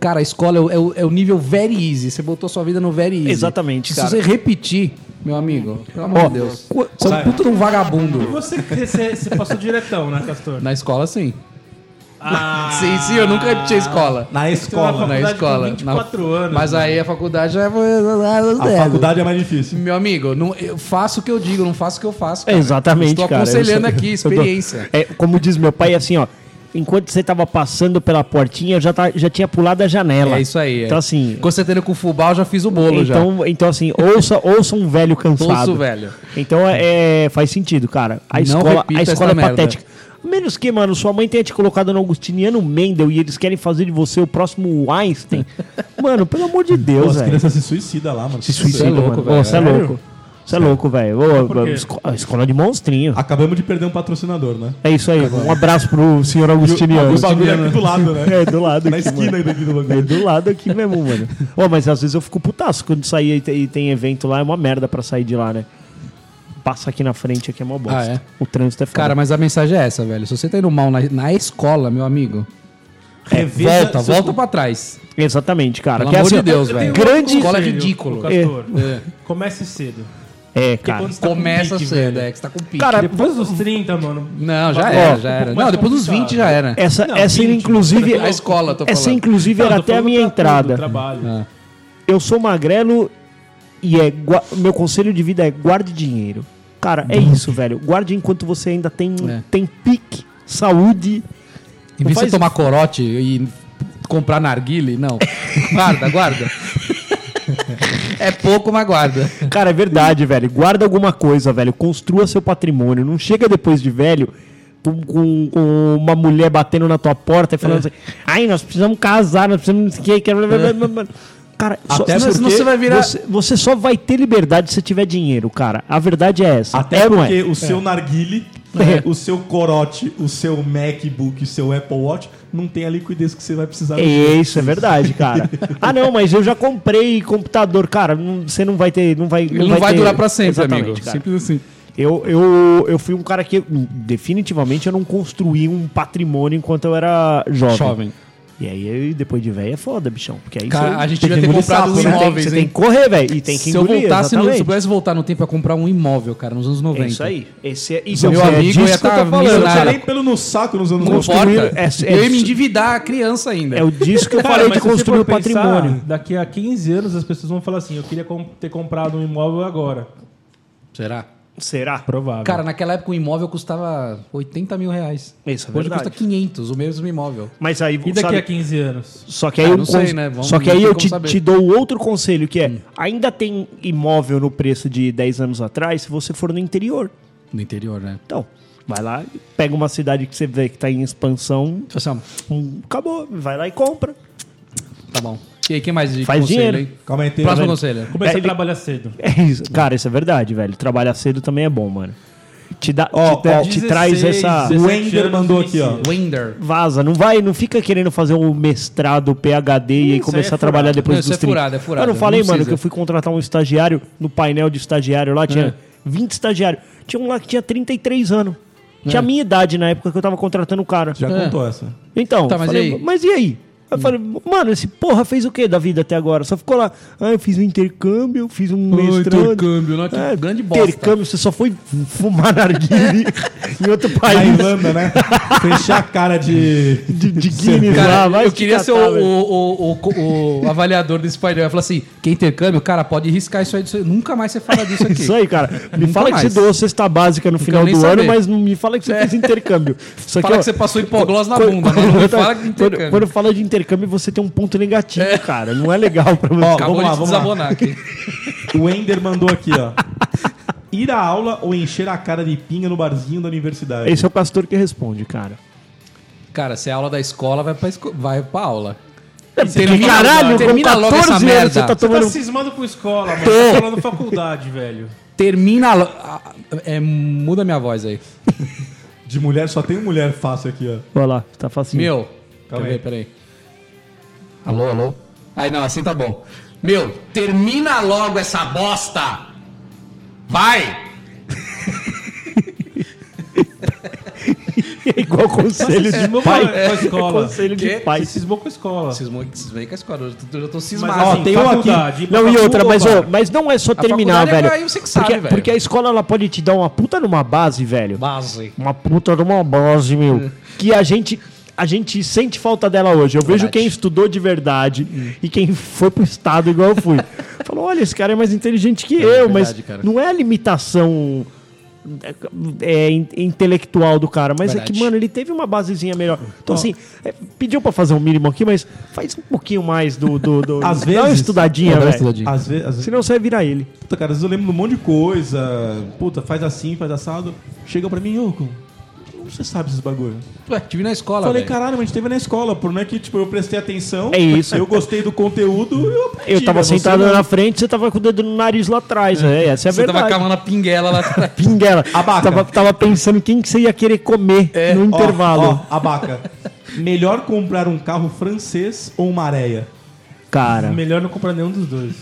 Cara, a escola é o, é o- é o nível very easy. Você botou a sua vida no very easy.
Exatamente,
Se
cara.
você repetir, meu amigo, pelo amor
Ó,
de Deus. Você é um puto de um
E
vagabundo.
Você, você, você passou diretão, né, Castor?
Na escola, sim.
Ah,
Sim, sim, eu nunca repeti a escola.
Na escola. né?
Na
faculdade com
escola.
24
na...
anos,
Mas
né?
aí a faculdade já foi.
A faculdade é mais difícil.
Meu amigo, não, eu faço o que eu digo, não faço o que eu faço. cara.
Exatamente,
Estou
cara.
aconselhando
Eu sou-
aqui,
eu tô-
experiência.
É, como diz meu pai, assim, ó. Enquanto você tava passando pela portinha, eu já, tá, já tinha pulado a janela.
É isso aí. é.
Então, assim.
Quando você tendo com o fubá, eu já fiz o bolo já.
Então, então, assim, ouça, ouça um velho cansado.
Ouço, velho.
Então, é, faz sentido, cara. A
Não
escola,
repita
a escola é
essa merda.
patética. A Menos que, mano, sua mãe tenha te colocado no Agustiniano Mendel e eles querem fazer de você o próximo Einstein. mano, pelo amor de
Pô,
Deus,
as
velho.
crianças se suicidam lá, mano.
é. Se suicida,
louco,
mano.
velho.
Pô, Você é louco. Você é louco, velho. Ô,
por quê?
esco- Escola é de monstrinho.
Acabamos de perder um patrocinador, né?
É isso aí. Um abraço pro senhor Agustiniano.
O bagulho é aqui do lado, né?
É, do lado
Na
aqui,
esquina
mano.
daqui do
É
bagulho.
do lado aqui mesmo, mano. Ô, mas às vezes eu fico putaço quando sair e tem- e tem evento lá, é uma merda pra sair de lá, né? Passa aqui na frente, aqui é mó bosta.
Ah, é?
O trânsito é foda.
Cara, mas a mensagem é essa, velho. Se você tá indo mal na, na escola, meu amigo,
É,
Reveja
volta,
seus-
volta pra trás.
Exatamente, cara.
Pelo
Que é
amor de
assim,
Deus,
Eu tenho
velho.
um
Grande-
escola é
conselho,
ridículo.
Castor. Comece cedo.
É,
Porque
cara.
quando você tá com
Começa
pique,
cedo,
velho,
é que você tá com pique.
Cara,
Depois dos 30, mano.
não, já
Ó,
era,
um
já era.
pouco
Não,
mais
depois dos 20 já era.
Essa,
Não,
essa
gente,
é, inclusive. é
A escola, tô
Essa,
falando.
inclusive,
Não,
era
tô
até a
falando
minha
pra tudo,
entrada.
trabalho.
Ah.
Eu sou magrelo e é gua- meu conselho de vida é guarde dinheiro. Cara, é isso, velho. Guarde enquanto você ainda tem,
É.
tem pique, saúde.
Em vez de você
faz-
tomar corote e comprar narguile, não. Guarda, guarda. é pouco, mas guarda.
Cara, é verdade, velho. Guarda alguma coisa, velho. Construa seu patrimônio. Não chega depois de velho com, com- com uma mulher batendo na tua porta e
É.
falando assim: ai, nós precisamos casar, nós precisamos. que- que- Cara,
Até
só,
porque
você vai virar. Você, você só vai ter liberdade se tiver dinheiro, cara. A verdade é essa.
Até
é, não é?
porque o seu narguile, né?
É.
o seu corote, o seu MacBook, o seu Apple Watch não tem a liquidez que você vai precisar.
É Isso, é verdade, cara. Ah, não, mas eu já comprei computador. Cara, não- você não vai ter. Não vai,
Ele não, vai
ter-
durar pra sempre,
Exatamente,
amigo.
cara.
Simples assim.
Eu, eu, eu fui um cara que, hum, definitivamente, eu não construí um patrimônio enquanto eu era jovem.
Jovem.
E aí, eu- depois de velho, é foda, bichão. Porque aí
Cara,
você-
a gente
tem
devia
que
ter
engolir
comprado
sapo,
os
né? Tem-
imóveis,
Você
hein?
tem que correr, velho, e tem que
se eu
engolir,
voltasse no, se eu
exatamente.
pudesse voltar no tempo pra comprar um imóvel, cara, nos anos 90.
É isso aí. Esse é,
Meu
é
amigo
disso
ia
que eu tô
tá
falando,
Eu não
milionário.
tinha
Cara,
nem pelo no saco nos anos
Não
90.
importa.
é- é-
eu ia me endividar a criança ainda.
É o disso que eu
Cara,
falei
mas
de
se você
construir o
for pensar,
patrimônio.
Daqui a 15 anos as pessoas vão falar assim: eu queria com- ter comprado um imóvel agora.
Será?
Será?
Provável.
Cara, naquela época um imóvel custava 80 mil reais.
Isso, é
Hoje
verdade.
custa 500, o mesmo imóvel.
Mas aí,
E daqui
sabe-
a 15 anos?
Só que aí
Ah,
eu,
não sei,
cons-
né? Vamos-
só que
não
aí
tem
eu
como
te,
saber. Hum.
te dou outro conselho, que é, ainda tem imóvel no preço de 10 anos atrás, se você for no interior.
No interior, né?
Então, vai lá, e pega uma cidade que você vê que tá em expansão,
Tipo assim, ó,
hum, acabou, vai lá e compra.
tá bom. E aí, quem mais de
Faz dinheiro.
Calma aí, tem.
Próximo conselho.
Comecei
É,
a
ele-
trabalhar cedo.
É isso. Cara, isso é verdade, velho. Trabalhar cedo também é bom, mano. Te, dá,
Ó,
te, dá-
ó,
te traz
16,
essa...
17
O Ender
anos
mandou aqui, ó.
inicia.
Wender.
Vaza, não vai, não fica querendo fazer um mestrado, PhD e aí
Isso aí
começar
é
a trabalhar
furado.
depois
Não, isso
dos
é
30.
furado, é furado,
Eu não falei,
não
mano,
precisa.
que eu fui contratar um estagiário no painel de estagiário lá, tinha 20 estagiários. Tinha um lá que tinha 33 anos. Tinha a minha idade na época que eu tava contratando o cara.
Já contou essa.
Então,
Tá, mas
falei,
e aí? Hum.
mas e aí? Eu falei, mano, esse porra fez o que da vida até agora? Só ficou lá, ah, eu fiz um intercâmbio, fiz um mestrando. É,
intercâmbio, né? Que grande bosta.
Intercâmbio, você só foi fumar narguilé em outro país.
Na Irlanda, né? Fechar a cara de.
de, de Guinness lá,
Cara,
vai
eu
te
queria
catar,
ser o,
velho.
o- o- o- o avaliador desse painel. Eu ia falar assim, que intercâmbio, cara, pode riscar isso aí. disso aí. Nunca mais você fala disso aqui.
Isso aí, cara. Me
Nunca
fala que você
mais.
doou cesta básica no final
nem
do ano,
saber.
mas não me fala que você fez intercâmbio. Isso
Fala
ó,
que você passou hipoglós na
quando-
bunda, mas não me fala de
quando-
intercâmbio.
Quando fala de intercâmbio, você tem um ponto negativo, cara. Não é legal pra você.
Acabou
vamos
de
lá,
te
vamos lá.
desabonar aqui.
O Ender mandou aqui, ó. Ir à aula ou encher a cara de pinga no barzinho da universidade.
Esse é o pastor que responde, cara.
Cara, se é aula da escola, vai pra, esco... vai pra aula.
É, Porque, caralho, com
termina logo essa
14 anos
merda. assim.
você tá
Você tá
tomando...
cismando com escola, mano. Você tá falando faculdade, velho.
Termina a... lo- a- É, muda minha voz aí.
De mulher, só tem mulher fácil aqui, ó.
Olha lá, tá facinho.
Meu.
Calma
Calma
aí.
aí, peraí. Alô, alô? Aí não, assim tá bom. Meu, termina logo essa bosta! Vai!
É igual conselho
Você
de
cismou
pai.
com a- com a escola.
Conselho de
Que?
pai.
Você cismou com a escola.
Cismou, cismei com a escola, eu tô, eu tô
Mas,
cismado.
ó,
assim.
tem
um aqui.
faculdade.
Não, e
faculdade
outra,
ou
mas, ô,
bar?
mas não é só terminar,
faculdade é
velho.
pra- aí você que sabe,
porque,
velho.
porque a escola ela pode te dar uma puta numa base, velho.
Base.
Uma puta numa base, meu. Que a gente. A gente sente falta dela hoje. Eu vejo
Verdade.
quem estudou de verdade e quem foi pro estado igual eu fui. Falou, olha, esse cara é mais inteligente que eu,
verdade,
mas
cara.
não é a limitação é, in- intelectual do cara, mas
Verdade.
é que, mano, ele teve uma basezinha melhor. Então, assim, é, pediu pra fazer um mínimo aqui, mas faz um pouquinho mais do. do, do
Às
dá uma
vezes-
estudadinha, velho.
Às vezes, às vezes,
Senão você vai virar ele.
puta, cara, às vezes eu lembro de um monte de coisa. Puta, faz assim, faz assado. Chega pra mim, ô, Como você sabe esses bagulho?
Ué, tive na escola,
Falei,
velho.
caralho, mas a gente teve na escola. Por não é que, tipo, eu prestei atenção.
É isso.
Eu gostei do conteúdo eu aprendi.
Eu tava
mas você né?
sentado
não-
na frente, você tava com o dedo no nariz lá atrás. É, essa é a
Você
verdade.
tava cavando a pinguela lá atrás.
Pinguela.
Abaca.
Tava, tava pensando quem que você ia querer comer
É,
no
Ó,
intervalo.
Ó, abaca. Melhor comprar um carro francês ou uma areia?
Cara.
Melhor não comprar nenhum dos dois.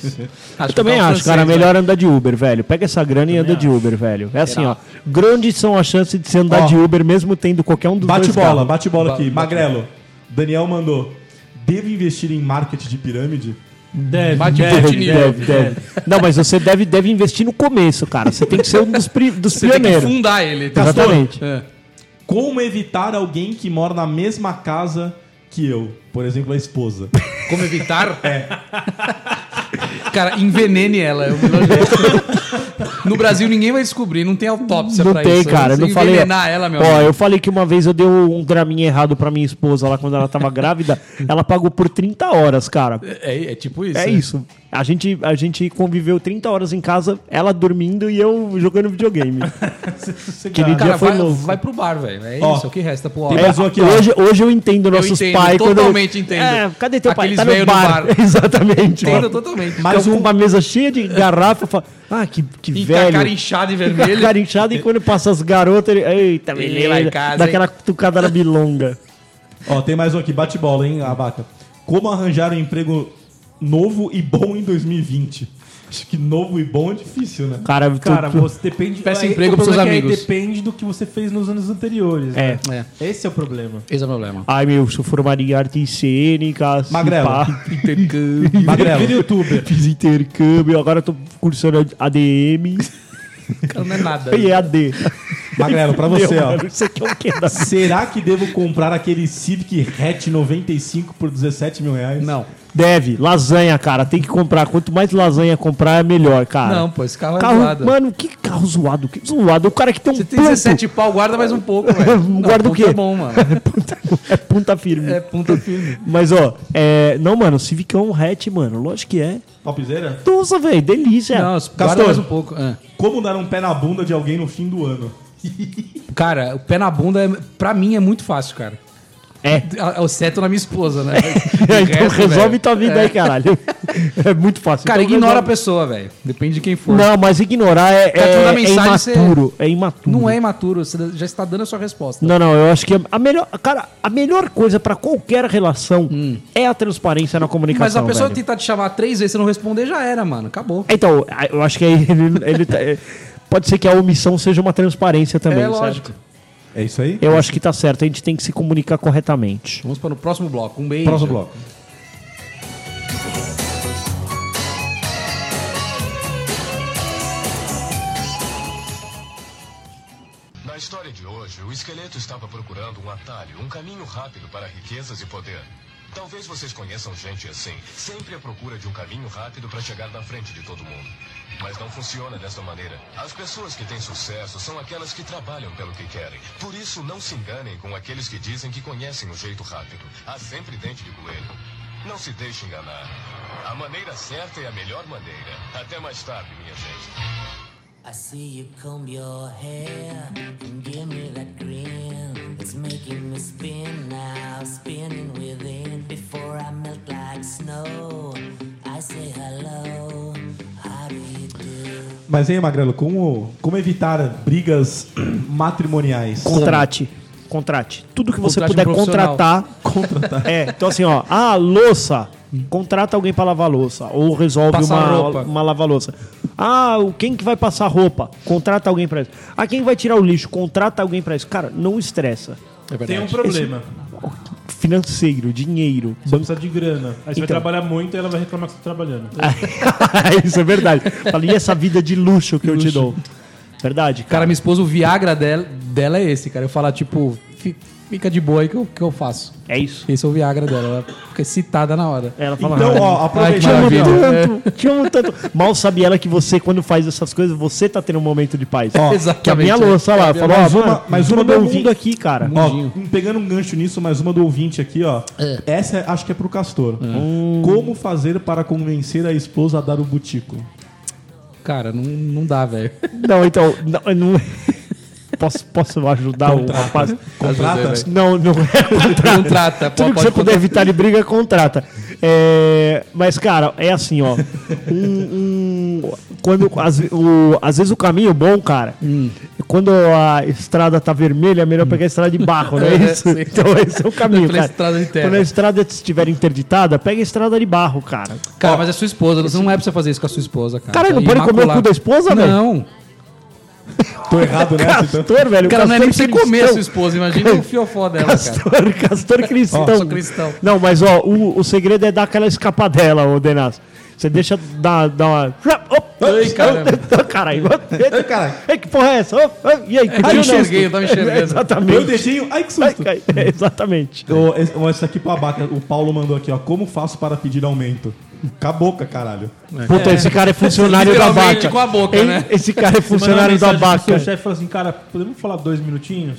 Acho
Eu também
que
acho,
tá
cara.
o francês, né?
Melhor andar de Uber, velho. Pega essa grana e anda de Uber, velho. É assim, ó. Grandes são as chances de você andar
Ó.
de Uber, mesmo tendo qualquer um dos
Bate
dois
bola,
carros.
bate bola aqui.
Ba- bate
Magrelo, Daniel mandou. Devo investir em marketing de pirâmide?
Deve,
Bate
deve,
um pouquinho.
deve, deve.
É.
Não, mas você deve, deve investir no começo, cara. Você tem que ser um dos, pri- dos
Você tem que
pioneiros.
fundar ele.
Gastou?
Exatamente.
É.
Como evitar alguém que mora na mesma casa que eu? Por exemplo, a esposa.
Como evitar? É. Cara, envenene ela. é o melhor jeito. no Brasil ninguém vai descobrir, não tem autópsia
Não
pra
tem,
isso. né?
cara. Eu
Você
não falei.
Envenenar ela, meu
Ó,
amigo.
eu falei que uma vez eu dei um draminha errado pra minha esposa lá quando ela tava grávida. Ela pagou por 30 horas, cara.
É, é tipo isso.
É
né?
isso. A gente, a gente conviveu 30 horas em casa, ela dormindo e eu jogando videogame. Aquele
Cara,
dia foi
vai,
louco.
vai pro bar, velho. É
Ó,
isso, é o que resta pro
tem
homem.
É,
mais um aqui, ó.
hoje, hoje eu entendo nossos
entendo,
pais. quando-
totalmente entendo.
É, cadê teu
Aqueles
pai? Tá
velho
no
no
bar.
bar.
Exatamente.
Entendo
mano.
totalmente.
Mas com uma mesa cheia de garrafa, eu falo, ah, que, que
E com a
um velho.
cara inchada e
Fica
vermelha.
cara inchada e quando passa as garotas, ele. Eita,
Ele
beleza.
lá em casa,
Dá aquela cutucada na bilonga.
Ó, tem mais um aqui. Bate bola, hein, abaca. Como arranjar um emprego novo e bom em 2020? Acho que novo e bom é difícil, né?
Cara, eu tô-
Cara, você depende.
Peça
aí,
emprego
o
pros seus
problema é que aí
amigos.
Depende do que você fez nos anos anteriores.
É.
É,
né? Esse é o problema.
esse é o problema.
Ai, meu, sou formado em artes cênicas.
Magrelo.
pá.
Intercâmbio.
Magrelo.
Vira youtuber.
Fiz intercâmbio, agora eu tô cursando ADM.
Cara, não é nada.
EAD.
Magrelo, pra você,
Meu,
ó.
mano, Isso aqui é o quê? da-
Será que devo comprar aquele Civic Hatch 95 por 17 mil reais?
Não.
Deve, lasanha, cara. Tem que comprar. Quanto mais lasanha comprar, é melhor, cara.
Não, pô, esse carro é
Carro,
zoado.
mano, que carro zoado, que zoado. O cara que tem um
Você tem 17 pau, guarda mais um pouco, velho. Não,
Guarda o
ponto
quê?
É bom, mano.
é punta firme.
É ponta firme.
Mas, ó, é... não, mano, Civicão hatch, mano, lógico que é.
Topzera?
Nossa, velho, delícia.
Não, guarda
Castor.
mais um pouco. é.
Como dar um pé na bunda de alguém no fim do ano?
Cara, o pé na bunda, é, pra mim, é muito fácil, cara.
É.
A- Exceto na minha esposa, né?
É,
O
então
resto,
resolve
velho,
tua vida
é.
aí, caralho. É muito fácil.
Cara,
Então,
ignora a
resolve.
pessoa, velho. Depende de quem for.
Não, mas ignorar é,
Cara, tu
é,
dá
é
mensagem, você-
imaturo. É imaturo.
Não é imaturo, você já está dando a sua resposta.
Não, não, eu acho que a melhor, cara, a melhor coisa pra qualquer relação é a transparência na comunicação.
Hum. Mas a pessoa
velho.
tentar te chamar três vezes e você não responder, já era, mano. Acabou.
Então, a- eu acho que aí ele, ele tá- é, pode ser que a omissão seja uma transparência também,
é
certo?
lógico.
É isso aí?
Eu acho que tá certo, a gente tem que se comunicar corretamente.
Vamos para o próximo bloco. Um beijo.
Próximo bloco.
Na história de hoje, o esqueleto estava procurando um atalho, um caminho rápido para riquezas e poder. Talvez vocês conheçam gente assim, sempre à procura de um caminho rápido para chegar na frente de todo mundo. Mas não funciona dessa maneira. As pessoas que têm sucesso são aquelas que trabalham pelo que querem. Por isso, não se enganem com aqueles que dizem que conhecem o jeito rápido. Há sempre dente de coelho. Não se deixe enganar. A maneira certa é a melhor maneira. Até mais tarde, minha gente.
I see you comb your hair and give me that grin. It's making me spin now, spinning within. Before I melt like snow, I say hello. How do you do?
Mas, hein, Magrelo, como, como evitar brigas matrimoniais?
Contrate. Contrate. Tudo que você
Contrate um
puder
profissional.
contratar. Contratar. É, então assim, ó. Ah, louça. Contrata alguém pra lavar louça. Ou resolve
Passar
uma,
roupa.
uma lava-louça. Ah, o- quem que vai passar roupa? Contrata alguém pra isso. Ah, quem vai tirar o lixo? Contrata alguém pra isso. Cara, não estressa.
É
Tem um problema.
Financeiro, dinheiro.
Você precisa de grana. Aí você
Então.
vai trabalhar muito e ela vai reclamar que você tá trabalhando.
isso é verdade. Falei, e essa vida de luxo que eu te dou? Verdade,
Cara, minha esposa, o Viagra dela, dela é esse, cara. Eu falar, tipo, "Fi- fica de boa aí que eu, que eu faço.
É isso.
Esse é o Viagra dela. Ela fica excitada na hora.
Ela fala,
Então,
"Ah,
ó,
que
aproveitando...
maravilha.
ó,
tanto, É. te amo tanto. Mal sabe ela que você, quando faz essas coisas, você tá tendo um momento de paz.
Ó,
que a
é.
minha louça lá, falou, ó,
Mais uma-
mano,
mais uma
todo
do
mundo
ouvinte.
aqui, cara.
Ó, pegando um gancho nisso, mais uma do ouvinte aqui, ó. Essa é- acho que é pro Castor. Como fazer para convencer a esposa a dar o butico?
Cara, não, não dá, velho.
Não, então, não, não- Posso, posso ajudar
Então
o
tá.
Contrata.
rapaz?
Contrata?
Não, não é contrata.
né? Contrata,
Tudo
pode-
que você
pode
puder evitar de briga, contrata. É, mas, cara, é assim, ó. Um- um- quando, às, ve- o- às vezes o caminho bom, cara,
Hum.
quando a estrada tá vermelha, é melhor pegar a estrada de barro, não é
É,
isso?
sim.
Então esse é o caminho,
Pela
cara.
estrada de terra.
Quando a estrada estiver interditada, pega a estrada de barro, cara.
Cara, mas é sua esposa, você não é pra você fazer isso com a sua esposa, cara.
Caralho, não
Tá
pode comer o
imaculado.
cu da esposa, velho?
Não.
Tô errado nessa, então.
Castor, velho. o
né? Cara, não
Castor
é nem pra você
cristão.
comer a sua esposa, imagina o fiofó dela, cara.
Castor, Castor cristão.
Ó, sou cristão.
Não, mas ó, o, o segredo é dar aquela escapadela, ô Denas. Você deixa dar, dar uma. Op,
Ai, caramba.
caralho.
Ai, caralho.
Ei, que porra é essa? Op, op, E aí,
É que eu
caralho,
enxerguei,
não.
eu tava enxergando.
Exatamente.
Meu dedinho, ai que
Ai,
susto.
ai, é, exatamente.
Ô, esse- ó, Esse aqui pro abaca, o Paulo mandou aqui, ó. Como faço para pedir aumento? Com a boca, caralho.
Puta, esse cara é funcionário da
Literalmente
vaca.
com a boca,
Hein?
né?
Esse cara é funcionário da vaca.
O chefe fala assim, cara, podemos falar dois minutinhos?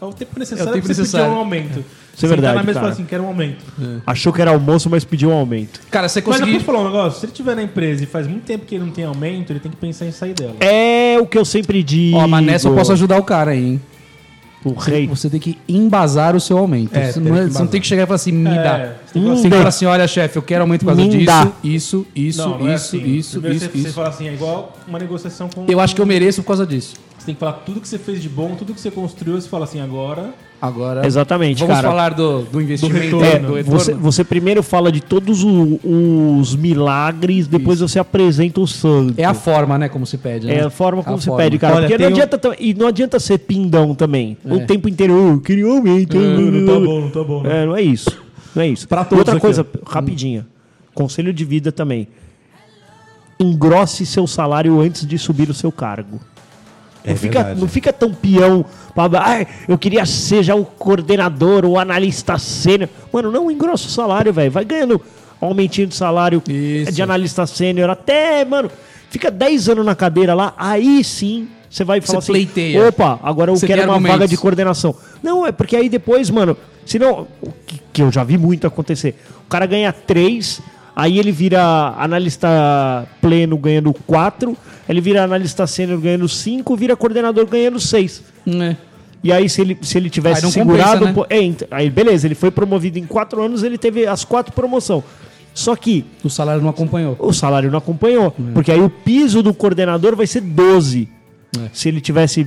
É o tempo necessário
É o tempo
pra você
necessário.
pedir um aumento. Você
verdade,
na mesa e
cara.
fala assim, quero um aumento.
Achou que era almoço, mas pediu um aumento.
Cara, você
Mas eu
conseguiu.
posso falar um negócio? Se ele tiver na empresa e faz muito tempo que ele não tem aumento, ele tem que pensar em sair dela.
É o que eu sempre digo.
Ó, mas nessa eu posso ajudar o cara aí, hein?
O rei.
Você tem que embasar o seu aumento.
É,
você,
tem
não, é-
que
você não tem que chegar e falar assim, me
É,
dá. Você
você tem que falar
tem
assim,
que falar assim, olha, chefe, eu quero aumento por causa
Me
disso,
dá.
isso, isso, isso,
é assim.
isso,
Primeiro
isso,
você, Você
isso.
fala assim, é igual uma negociação com...
Eu acho que eu mereço por causa disso.
Você tem que falar tudo que você fez de bom, tudo que você construiu, você fala assim, agora...
Agora,
Exatamente,
vamos
cara.
falar do, do investimento,
É,
do retorno.
você, você primeiro fala de todos o- os milagres, depois você apresenta o santo.
É a forma, né, como se pede. né?
É a forma como
A
você
forma.
pede, cara.
Olha,
Porque não
tem um-
adianta, tam- e não adianta ser pindão também. O tempo inteiro, "Oh, eu queria um aumento.
não tá bom, não tá bom, né?
É, não é isso. Não é isso.
Pra
E
todos
Outra
aqui,
coisa, rapidinha. Conselho de vida também. Engrosse seu salário antes de subir o seu cargo.
É
Não fica,
verdade.
não fica tão peão. pra- Ai, eu queria ser já o coordenador, o analista sênior. Mano, não engrossa o salário, velho. Vai ganhando aumentinho de salário
Isso.
de analista sênior. Até, mano, fica 10 anos na cadeira lá, aí sim você vai falar assim:
pleiteia.
opa, agora eu
Você
quero
tem
uma
argumentos.
vaga de coordenação. Não, é porque aí depois, mano, senão, o que, que eu já vi muito acontecer, o cara ganha três, aí ele vira analista pleno ganhando quatro, ele vira analista sênior ganhando cinco, vira coordenador ganhando seis.
É.
E aí, se ele, se ele
Aí
tivesse
não
segurado.
compensa, né?
pô- é, ent- aí, beleza, ele foi promovido em quatro anos, ele teve as quatro promoções. Só que
O salário não acompanhou.
o salário não acompanhou.
É.
Porque aí o piso do coordenador vai ser 12.
É.
Se ele tivesse.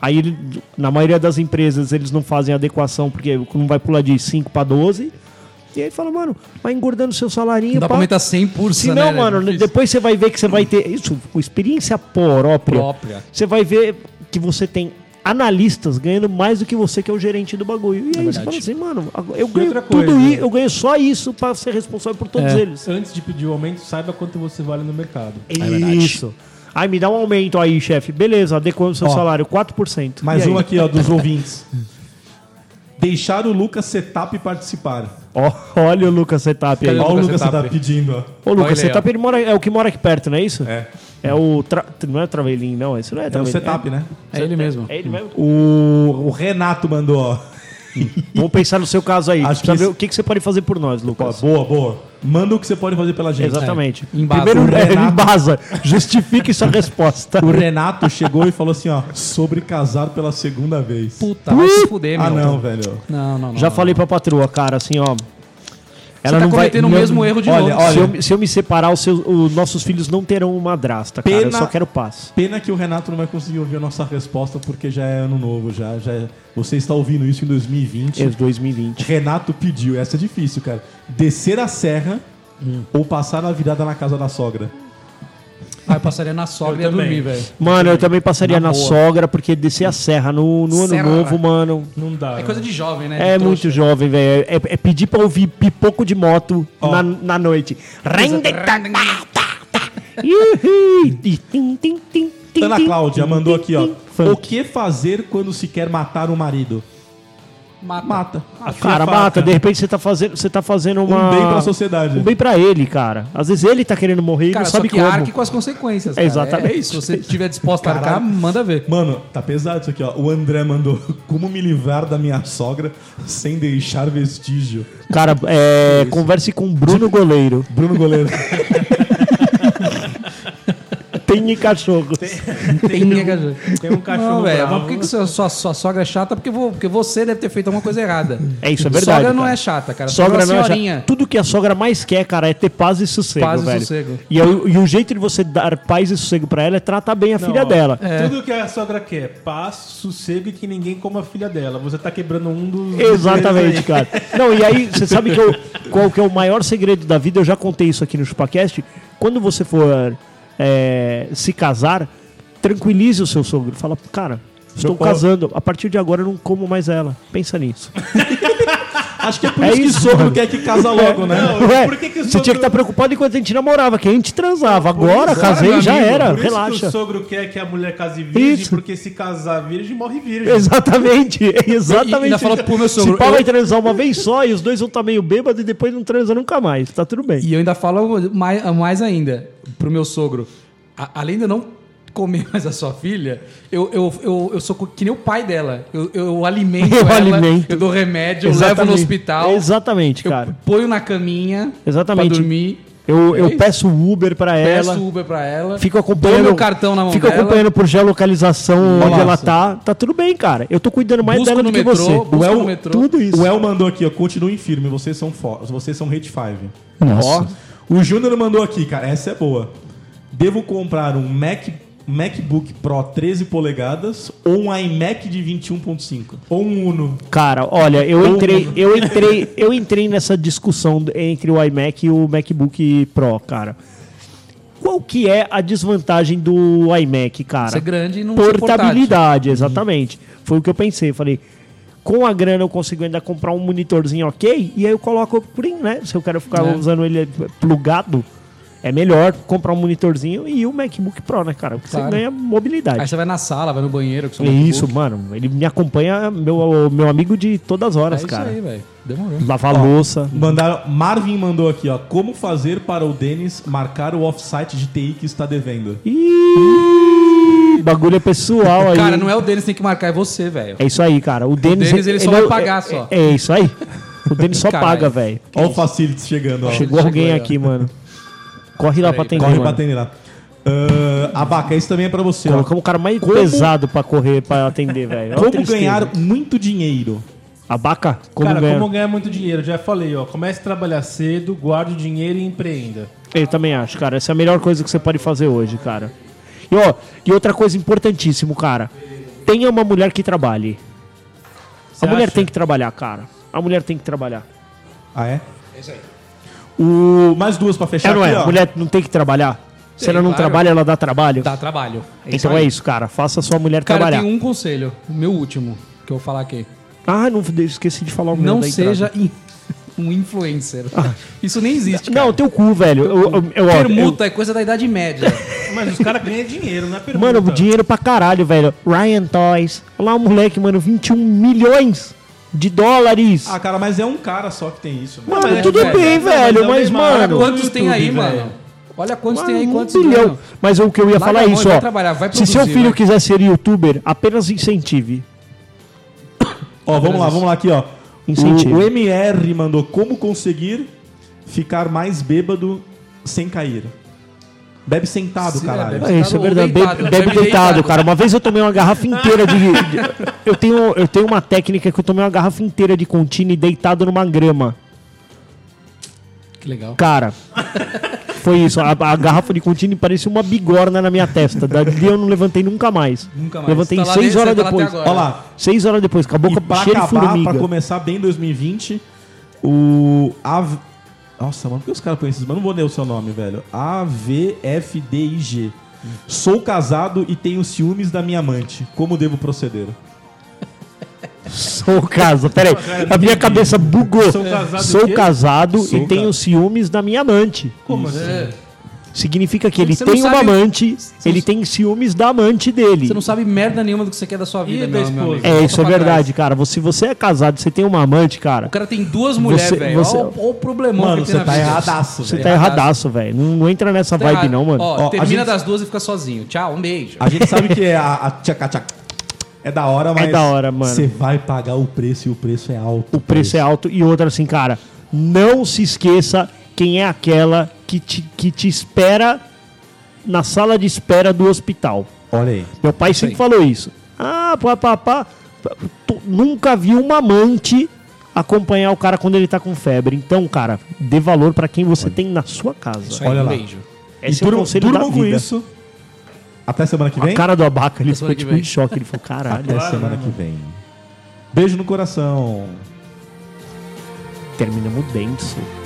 Aí, ele, na maioria das empresas, eles não fazem adequação, porque não vai pular de 5 para 12. E aí fala, mano, vai engordando seu salarinho.
Dá pra
pá.
aumentar 100%,
Se não,
né?
mano,
Difícil.
depois você vai ver que você vai ter. Isso, com experiência própria.
Própria.
Você vai ver que você tem analistas ganhando mais do que você que é o gerente do bagulho. E aí você
É verdade.
fala assim, mano, agora- eu ganho
outra
tudo
coisa.
isso, eu ganho só isso para ser responsável por todos
né? É.
eles.
Antes de pedir o aumento, saiba quanto você vale no mercado.
É
Isso. Aí me dá um aumento aí, chefe. Beleza, adequamos seu
Ó,
salário, 4%.
Mais
E aí?
um aqui, ó, dos ouvintes. Deixar o Lucas Setup participar.
Ó, olha o Lucas Setup aí.
Olha o Lucas
Setup.
Setup pedindo, ó.
Ô, Lucas
Olha aí,
Setup ele mora, é o que mora aqui perto, não é isso?
É.
É o. Tra... Não é o Travelinho, não. Isso não é
É o
Travelinho.
Setup, né?
É ele mesmo.
É ele mesmo.
O, o Renato mandou, ó.
Vamos pensar no seu caso aí.
Acho que
Precisa ver
isso-
o que, que você pode fazer por nós,
Ó,
Lucas.
Boa, boa. Manda o que você pode fazer pela gente.
Exatamente.
É. Embasa.
Primeiro,
O
é, ele
Renato-
embasa. Justifique sua resposta.
O Renato chegou e falou assim, ó, sobre casar pela segunda vez.
Puta, vai se fuder, meu.
ah, não, velho.
Não, não, não.
Já falei pra patroa, cara, assim, ó. Ela
tá
não vai
cometendo o
não-
mesmo erro de
Olha,
novo.
se, eu, me- se eu me separar, os, seus- os nossos filhos não terão uma madrasta, cara. Eu
Pena-
só quero paz.
Pena que o Renato não vai conseguir ouvir a nossa resposta porque já é ano novo, já, já é- Você está ouvindo isso em 2020.
É 2020.
Renato pediu, essa é difícil, cara. Descer a serra
Hum.
ou passar a virada na casa da sogra.
Ah, eu passaria na sogra e ia
Eu também.
dormir, velho.
Mano, eu também passaria
Na
na,
boa.
sogra, porque descer a serra no, no ano
Serra.
novo, mano.
Não dá.
É
né?
coisa de jovem, né?
É
De trouxa.
muito jovem, velho. É, é pedir pra ouvir pipoco de moto na, na noite. Rende- Iuhi! E tim, tim, tim, tim,
Ana
tim,
Cláudia
tim,
mandou
tim,
aqui, ó.
tim.
O
Funk.
que fazer quando se quer matar o marido?
Mata.
Mata.
Cara,
faca.
mata. De repente você tá fazendo, você tá fazendo uma...
um bem pra sociedade.
Um bem pra ele, cara. Às vezes ele tá querendo morrer e
Cara,
não
só
sabe
que
como.
arque com as consequências. cara.
Exatamente.
É isso. Se você estiver disposto a arcar, manda ver.
Mano, tá pesado isso aqui, ó. O André mandou como me livrar da minha sogra sem deixar vestígio.
Cara, é, converse com o Bruno Goleiro.
Bruno Goleiro.
Tem cachorros.
Tem, um, cachorro.
tem um cachorro
Não, velho. é
bravo.
Mas por que, que sua, sua- sua sogra é chata? Porque, vo- porque você deve ter feito alguma coisa errada.
É isso, é verdade.
Sogra não
cara.
é chata, cara.
Sogra não é
senhorinha.
chata. Tudo que a sogra mais quer, cara, é ter paz e sossego,
Paz e
velho.
sossego.
E, é o- e o jeito de você dar paz e sossego pra ela é tratar bem a
Não,
filha
ó,
dela.
é,
Tudo que a sogra quer, paz, sossego e que ninguém coma a filha dela. Você tá quebrando um dos.
Exatamente, cara. Não, e aí, você sabe que eu, qual que é o maior segredo da vida? Eu já contei isso aqui no ChupaCast. Quando você for é, se casar, tranquilize o seu sogro. Fala, cara, estou
pau-
casando. A partir de agora eu não como mais ela. Pensa nisso.
Acho que é por
É
isso que o
isso,
sogro
mano.
quer que casa
É.
logo, né?
Não,
Ué,
por que É. que tá o
você tinha
sogro-
que tá estar preocupado enquanto a gente namorava, que a gente transava. Agora,
isso,
casei,
meu
já
amigo,
era.
Por isso que o
Relaxa.
sogro quer que a mulher case virgem,
Isso.
porque se casar virgem, morre virgem.
Exatamente,
E- e
exatamente.
ainda falou pro meu sogro,
Se pá
eu-
vai transar uma vez só e os dois vão estar meio bêbados e depois não transa nunca mais. Tá tudo bem.
E eu ainda falo mais, mais ainda pro meu sogro. A- além de eu não comer mais a sua filha, eu, eu, eu, eu sou co- que nem o pai dela. Eu, eu alimento
Eu
ela,
alimento.
eu dou remédio, eu levo
Exatamente.
no hospital,
Exatamente,
eu
cara.
ponho na caminha
Exatamente.
pra dormir,
Eu, eu
É isso.
peço Uber pra
peço
ela.
Uber pra ela,
Fico
dou
acompanhando.
meu cartão na mão
Fico
dela,
acompanhando por geolocalização onde
Nossa.
ela tá. Tá tudo bem, cara. Eu tô cuidando mais
Busco
dela do
no
que
metrô,
você.
busco
O El-
no metrô.
Tudo isso.
O El mandou aqui, ó. Continuem firme, vocês são fo- vocês são Hate Five.
Nossa.
Ó, o Júnior mandou aqui, cara, essa é boa. Devo comprar um Mac, MacBook Pro 13 polegadas ou um iMac de 21.5?
Ou um Uno.
Cara, olha, eu entrei, eu entrei, eu entrei nessa discussão entre o iMac e o MacBook Pro, cara. Qual que é a desvantagem do iMac, cara?
ser é grande e não ser portátil.
Portabilidade, exatamente. Foi o que eu pensei. Falei, com a grana eu consigo ainda comprar um monitorzinho ok, e aí eu coloco por aí, né? Se eu quero ficar
É.
usando ele plugado, é melhor comprar um monitorzinho e o MacBook Pro, né, cara? Porque
Claro.
você ganha mobilidade.
Aí você vai na sala, vai no banheiro. Com seu
É
notebook.
isso, mano. Ele me acompanha, meu, meu amigo de todas as
É
horas,
isso
cara.
aí, velho. Demorou.
Lavar louça.
Mandaram, Marvin mandou aqui, ó. Como fazer para o Denis marcar o offsite de TI que está devendo?
Ih, bagulho é pessoal aí.
Cara, não é o Denis que tem que marcar, é você, velho.
É isso aí, cara. O Denis,
Denis, ele só
é
vai
o-
pagar,
é-
só.
É, é isso aí. O Denis só
Caralho.
paga, velho.
Ó o Facilities chegando, ó.
Chegou alguém
Chegou aí, ó.
aqui, mano. Corre lá pra atender,
Corre
mano.
pra atender lá. Ah, Abaca, isso também é pra você, ó.
Colocamos o cara mais pesado pra correr, pra atender, velho. É uma
Como
tristeza.
ganhar muito dinheiro?
Abaca? Como
Cara,
ganhar?
como ganhar muito dinheiro? Já falei, ó. Comece a trabalhar cedo, guarde o dinheiro e empreenda.
Eu também acho, cara. Essa é a melhor coisa que você pode fazer hoje, cara. E, ó, e outra coisa importantíssima, cara. Tenha uma mulher que trabalhe.
Você
a mulher
acha?
tem que trabalhar, cara. A mulher tem que trabalhar.
Ah, é? É isso aí. O... Mais duas pra fechar
É, não
aqui,
é?
ó.
Mulher não tem que trabalhar? Se ela não
claro.
trabalha, ela dá trabalho?
Dá trabalho.
então é
aí.
isso, cara. Faça a sua mulher
Cara,
trabalhar.
tem um conselho, o meu último, que eu vou falar aqui.
Ah, não esqueci de falar o meu
não
da entrada. Ah.
seja in- um influencer. Isso nem existe.
Não, teu cu, velho. Eu, eu, eu, ó, eu-
Permuta é coisa da Idade Média.
Mas os caras ganham dinheiro, não é pergunta.
Mano, dinheiro pra caralho, velho. Ryan Toys. Olha lá o moleque, mano, 21 milhões de dólares.
Ah, cara, mas é um cara só que tem isso. Né?
mano,
mas
tudo
é,
bem,
mas é
velho,
o
mas,
mesmo
Olha
Mano,
mano.
quantos
no
tem aí,
YouTube, velho.
mano. Olha quantos tem aí,
mano,
quantos
um bilhão.
ganham.
Mas o que eu ia
Larga
falar
a
é
mão e
isso,
vai
ó.
trabalhar, vai
Se seu
produzir,
filho
vai.
quiser ser youtuber, apenas incentive.
Ó, vamos lá, vamos lá aqui, ó.
Incentivo.
O, o MR mandou como conseguir ficar mais bêbado sem cair. Bebe sentado,
Se- é,
caralho.
bebe-
É isso, é
Deitado ou
verdade. Bebe,
deitado?
bebe
Bebe
deitado,
deitado.
cara. Uma vez eu tomei uma garrafa inteira de. de- eu, tenho, eu tenho uma técnica que eu tomei uma garrafa inteira de contine deitado numa grama.
Que legal.
Cara, foi isso. A, a garrafa de contine parecia uma bigorna na minha testa. Dali eu não levantei nunca mais.
Nunca mais.
Levantei
Tá lá
seis
desde-
horas
tá lá até
depois.
agora.
Ó lá.
Seis horas depois, com a boca
E pra
cheia de
acabar, pra
formiga.
começar bem 2020, o... AV... Nossa, mano, por que os caras põem esses? Mas não vou ler o seu nome, velho. AVFDIG. Sou casado e tenho ciúmes da minha amante. Como devo proceder?
Sou casado. Peraí, a minha cabeça bugou.
Sou casado o
Sou
quê?
casado
Sou
e tenho
ca-
ciúmes da minha amante.
Como assim?
É,
Significa que ele
Você não
tem uma
sabe-
amante,
você
ele
não-
tem ciúmes da amante dele.
Você não sabe merda nenhuma do que você quer da sua vida, meu,
E da
meu
esposa?
amigo.
É,
Volta
isso é
pra
verdade,
trás.
cara. Você, você é casado, você tem uma amante, cara.
O cara tem duas mulheres,
Você-
velho.
você-
Olha o- olha o problemão
Mano,
que tem
você tá
vida.
erradaço,
Você
velho.
é
tá erradaço, velho. Não, não entra nessa
Tá
vibe,
errado.
não, mano.
Ó,
Ó, a
termina
gente-
das duas e fica sozinho. Tchau, um beijo.
A gente sabe que é a, a tchaca tchaca é da hora, mas.
da hora, mano.
Você vai pagar o preço e o preço é alto.
o preço é alto. E outra, assim, cara, não se esqueça quem é aquela que te, que te espera na sala de espera do hospital.
Olha aí.
Meu pai sempre falou isso. Ah, pá, pá, pá. Tu- Nunca vi uma amante acompanhar o cara quando ele tá com febre. Então, cara, dê valor pra quem você tem na sua casa.
Olha lá.
Um beijo.
Tá
e
Esse
um-
é o
durmam,
conselho
durmam
da
com
vida.
isso. Até semana que
A
vem?
cara do abaca, ele
Até
ficou
semana que
tipo em
vem.
choque. Ele falou, caralho,
Até
essa
semana que vem. Beijo no coração.
terminamos denso.